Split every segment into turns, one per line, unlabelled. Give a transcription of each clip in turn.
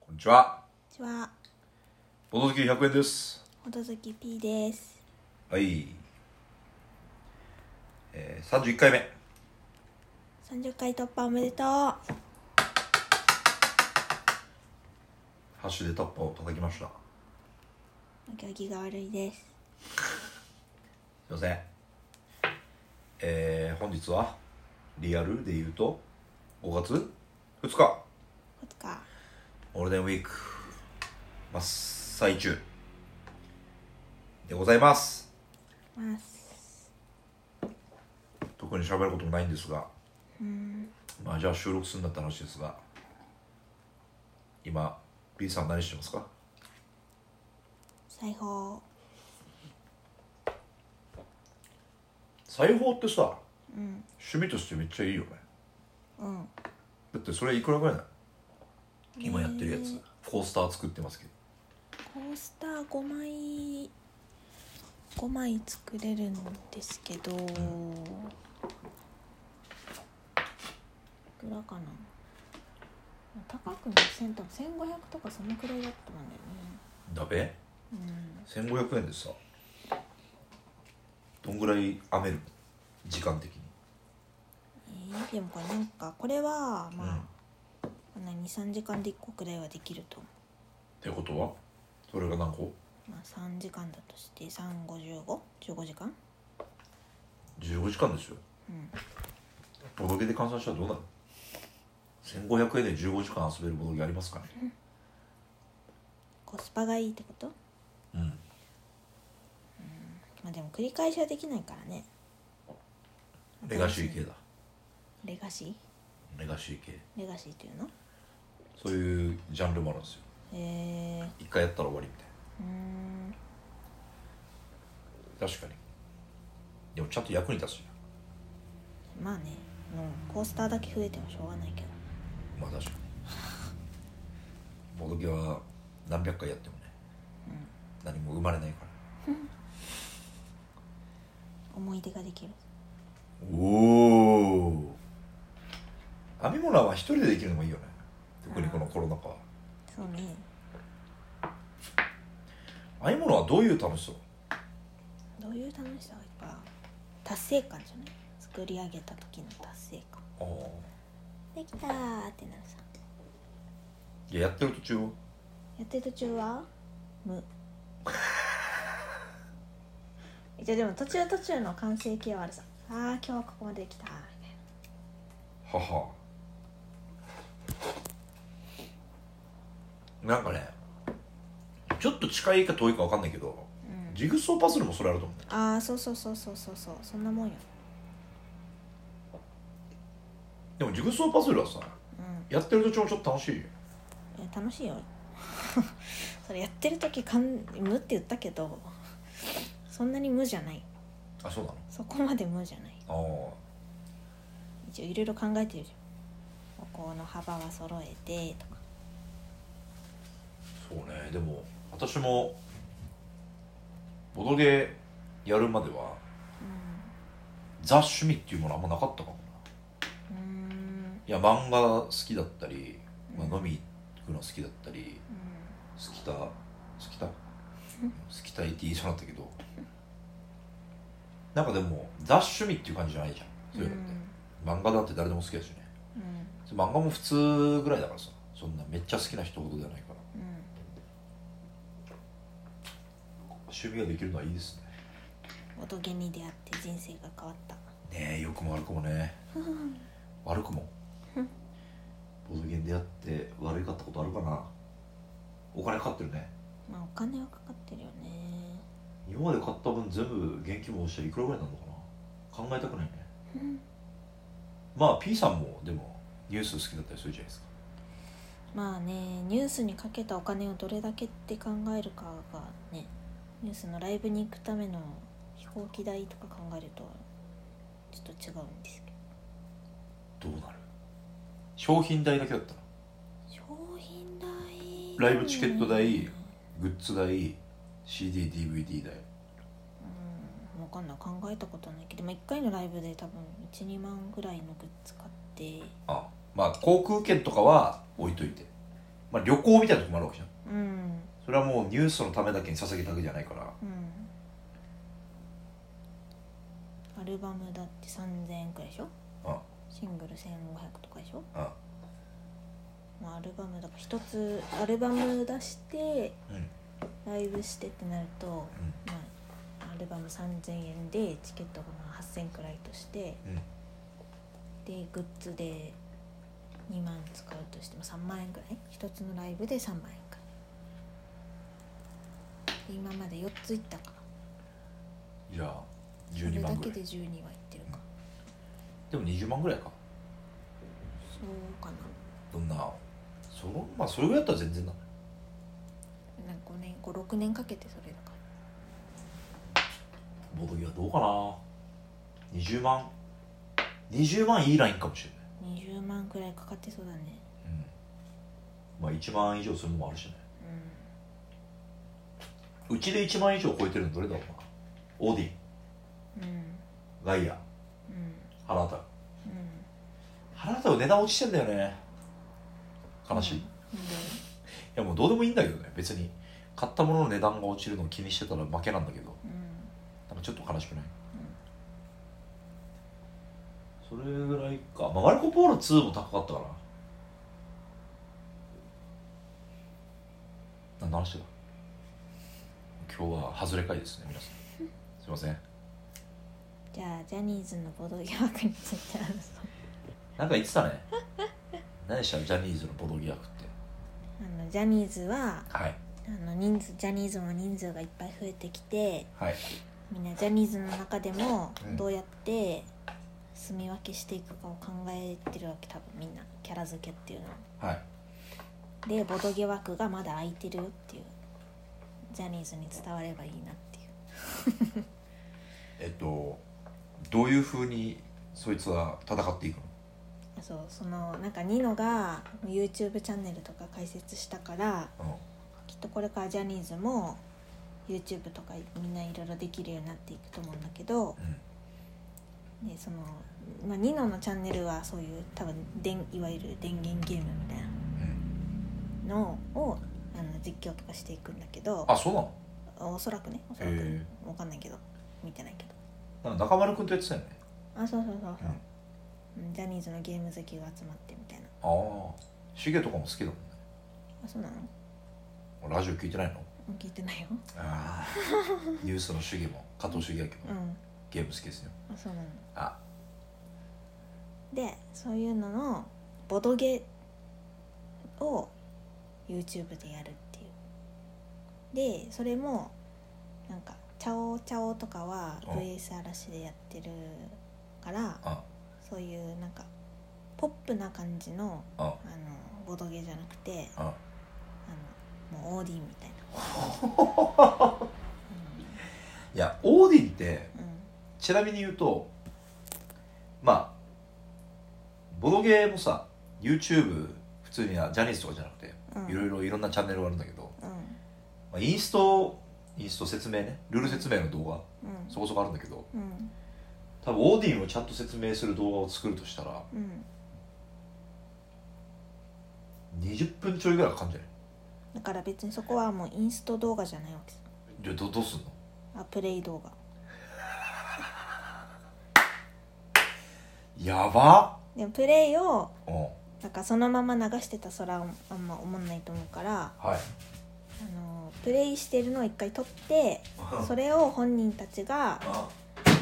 こんにちは。
こんにちは、
ボトドキ100円です。
ほどずき P です。
はい。えー、31回目。
30回突破おめでとう。ハ
ハッシュで突破を叩きました。す
行儀が悪いです。
いません。えー、本日は、リアルで言うと、5月2日、
こっちか。
ゴールデンウィーク、真っ最中でございます。
ます。
特に喋ることもないんですが、まあじゃあ収録するんだった話ですが、今、B さん何してますか
裁縫。
裁縫ってさ、
うん。
趣味としてめっちゃいいよね
うん。
だってそれいくらぐらいなの今やってるや
え
つ
ー
コースター作ってますけど
コースター5枚、5枚作れるんですけど、いくらかな。高くないセンター1500とかそのくらいだったんだよね。
だべ
うん。
1500円でさどんぐらい編めるの時間的に
えー、でもこれなんか、これは、まあ、
うんっ
こんな23時間で1個くらいはできると思
てことはそれが何個
う、まあ、3時間だとして3515時間
?15 時間ですよ
うん
ボドゲで換算したらどうなる1500円で15時間遊べるボドゲありますかね
コスパがいいってこと
うん
まあでも繰り返しはできないからね
レガシー系だ
レガシ
レガシー系
ーレガシーっていうの
そういうジャンルもあるんですよ
えー、
一回やったら終わりみたいう
ーん
な確かにでもちゃんと役に立つじゃん
まあねもうコースターだけ増えてもしょうがないけど
まあ確かにボドゲは何百回やってもね、何も生まれないから
思い出ができる
おお編み物は一人でできるのもいいよね特にこのコロナ禍は
そうね
編み物はどういう楽しさ
どういう楽しさがいっぱいある達成感じゃない作り上げた時の達成
ああ
感できたーってなるさ
いややってる途中は
やってる途中は無 一応でも途中途中の完成形はあるさあー今日はここまで来たみたいな
母なんかねちょっと近いか遠いか分かんないけど、
うん
ジグソーパズルもそれあると思うね
あーそうそうそうそうそうそうそんなもんよ
でもジグソーパズルはさ
うん
やってる途中もちょっと楽しいよ
え楽しいよ それやってる時かん無って言ったけどそんなに無じゃない
あそうなの
そこまで無じゃない
ああ
一応いろいろ考えてるじゃんここの幅は揃えてとか
そうねでも私もボドゲやるまではザ・趣味っていうものあんまなかったかもな
うんうーん
いや漫画好きだったり、まあ、飲み行くの好きだったり
う
好きた好きた好きたいって言いそうになったけどなんかでもザ・趣味っていう感じじゃないじゃんそういうのって、漫画だって誰でも好きだしね
うんうん
漫画も普通ぐらいだからさそんなめっちゃ好きな人ほどじゃないから
うん
趣味ができるのはいいですね
音源に出会って人生が変わった
ねえ良くも悪くもね 悪くもボドゲに出会って悪いかったことあるかなお金かかってるね
まあお金はかかってるよね
今まで買った分全部現金戻していくらぐらいになるのかな考えたくないねまあ P さんもでもニュース好きだったりするじゃないですか
まあねニュースにかけたお金をどれだけって考えるかがねニュースのライブに行くための飛行機代とか考えるとちょっと違うんですけど
どうなる商品代だけだったら
商品代
ライブチケット代
うん
グッズ代 CDDVD 代
分かんない考えたことないけど、まあ、1回のライブで多分12万ぐらいのグッズ買って
あまあ航空券とかは置いといて、まあ、まあ、旅行みたいな時もあるわけじゃん
うん
それはもうニュースのためだけに捧げたわけじゃないから
うんアルバムだって3000円くらいでしょ
あ
シングル1500とかでしょ
あ
まあアルバムだから一つアルバム出して
うん
ライブしてってなると、
うん
まあ、アルバム3000円でチケットがまあ8000円くらいとして
うん
でグッズで2万使うとしても3万円くらい一つのライブで3万円くらいで今まで4ついったから
じゃあ
それ
12
だ
万ぐ
け
らい
で12はいってるか
でも20万ぐらいか
そうかな
どんなそのまあそれぐらいだったら全然だね
なんか5年56年かけてそれだか
ボドギはどうかな20万20万いいラインかもしれない
ら20万くらいかかってそうだね
うんまあ1万以上するのもあるしね
う
うちで1万以上超えてるのどれだろうなオーディン
んうん
ガイア
うん
原田
うん
原田は値段落ちてんだよね悲しい、
うん
いやもうどうでもいいんだけどね別に買ったものの値段が落ちるのを気にしてたら負けなんだけど
うん
なんかちょっと悲しくない、それぐらいか、まあ、マルコ・ポーロ2も高かったから何の話だ今日は外れ会ですね皆さんすいません
じゃあジャニーズのボドゲ枠について話そう
なんか言ってたね 何でしたジャニーズのボドギ役って
あのジャニーズは
はい
あの人数ジャニーズも人数がいっぱい増えてきて
はい
みんなジャニーズの中でも
うん
どうやって住み分けしていくかを考えてるわけ多分みんなキャラ付けっていうの
はい
でボドゲ枠がまだ空いてるよっていうジャニーズに伝わればいいなっていう
えっとどういうふうにそいつは戦っていくの
あそうそのなんかニノが YouTube チャンネルとか開設したから
うん
きっとこれからジャニーズも YouTube とかみんないろいろできるようになっていくと思うんだけど
うん
でその、まあ、ニノのチャンネルはそういう多分でんいわゆる電源ゲームみたい
うん
なのをあの実況とかしていくんだけど
あそうなの
おそらくねおそらく
へ
わかんないけど見てないけど
なんか中丸君とやってたよね
あそうそうそうそう、うんジャニーズのゲーム好きが集まってみたいな
ああシゲとかも好きだもんね
あそうなの
ラジオ聞いてないの
聞いてないよ
ああ ニュースのシゲも加藤シゲ明も
うん
ゲーム好きですよ
あそうなの
あ
でそういうののボドゲを YouTube でやるっていうでそれもなんか「チャオチャオ」とかは
うん
VS 嵐でやってるから
あ
そういうなんかポップな感じの
あ
あのボドゲじゃなくて
あ
あのもうオーディンみたいな、
いやオーディンって
うんうん
ちなみに言うとまあボドゲーもさ YouTube 普通にはジャニーズとかじゃなくて
うん
いろいろいろんなチャンネルがあるんだけど、
うん
まあ、インストインスト説明ねルール説明の動画
うん
そこそこあるんだけど
うん
多分オーディンをちゃんと説明する動画を作るとしたら
うん
20分ちょいぐらいかかんじゃない
だから別にそこはもうインスト動画じゃないわけです
じゃあどどうすんの
あプレイ動画
やば
でもプレイを
うんは
なんかそのまま流してた空はあんま思んないと思うから
い
あのプレイしてるのを一回撮って
うん
それを本人たちが
あ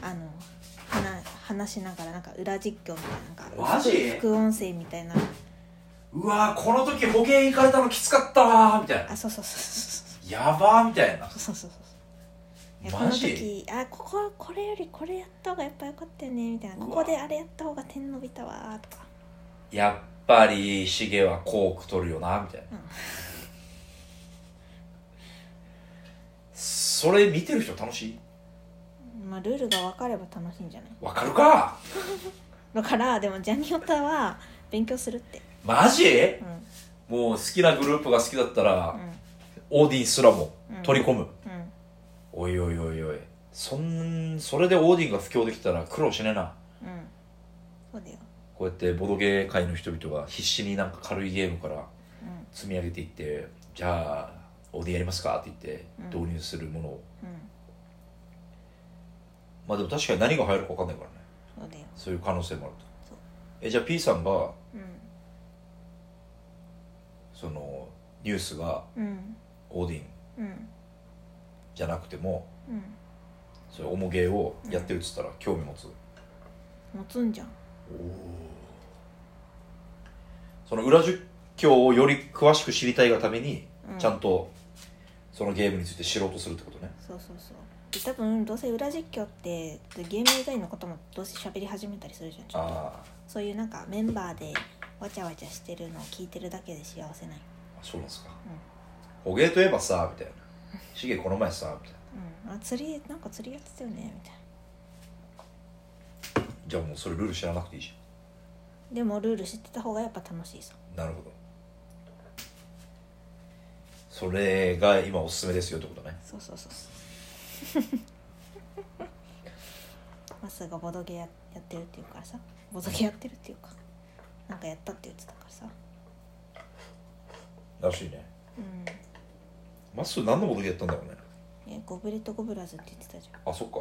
あの話話しながらなんか裏実況みたいななんか
マジ
副音声みたいな
うわーこの時保険行かれたのきつかったわーみたいな
あそうそうそう
やばーみたいな
そうそうそうそうそういやこ
マ
の
ジ
時あこここれよりこれやった方がやっぱ良かったよねみたいなここであれやった方が点伸びたわーとか
やっぱりシゲはコーク取るよなみたいな、
うん
それ見てる人楽しい
まあルールが分かれば楽しいんじゃない
わかるか
だからでもジャニオタは勉強するって
マジ
うん
もう好きなグループが好きだったら、
うん
オーディンすらも
うん
取り込む、
うん
おいおいおいおいそんそれでオーディンが布教できたら苦労しねえな
うんそうだよ
こうやってボドゲー界の人々が必死になんか軽いゲームから
うん
積み上げていってじゃあオーディやりますかって言って
う
導
ん
入するものを、
うん
まあでも確かに何が入るか分かんないからね
そうだよ
そういう可能性もあると
そう
えじゃあ P さんが
う
そのニュースが
んうん
オーディン
うん
じゃなくても
うん
それおもげをやってるっつったら興味持つ、
持つんじゃん
その裏実況をより詳しく知りたいがために、
うん
ちゃんとそのゲームについて知ろうとするってことね
そうそうそうで多分どうせ裏実況ってゲームデザインのこともどうせ喋り始めたりするじゃんちょっと
あ
そういうなんかメンバーでわちゃわちゃしてるのを聞いてるだけで幸せない
あそうなんですか捕鯨といえばさみたいな「シゲこの前さ」みたいな
うん、うん、あ釣りなんか釣りやってたよねみたいな
じゃあもうそれルール知らなくていいじ
でもルール知ってた方がやっぱ楽しいさ
ゃんなるほどそれが今おすすめですよってことね
そうそうそうそうまっすーがボドゲややってるっていうからさボドゲやってるっていうかなんかやったって言ってたからさ
らしいね
うん
まっすー何のことやったんだろうね
えゴブレットゴブラーズって言ってたじゃ
あそっか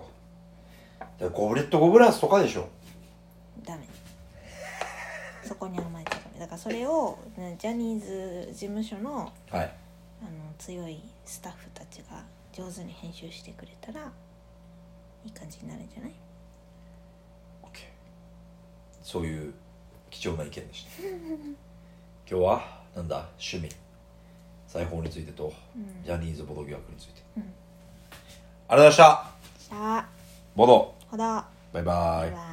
でゴブレット・ゴブラーズとかでしょ
んダメそこに甘えちゃダメだからそれをねジャニーズ事務所の
はい
あの強いスタッフたちが上手に編集してくれたらいい感じになるんじゃない
OK そういう貴重な意見でした 今日はなんだ趣味裁縫についてと、
うん
ジャニーズボド疑惑について、
うん
ありがとうございました
さあ
ボド
ほど
バイバ
バ
イ
イバイ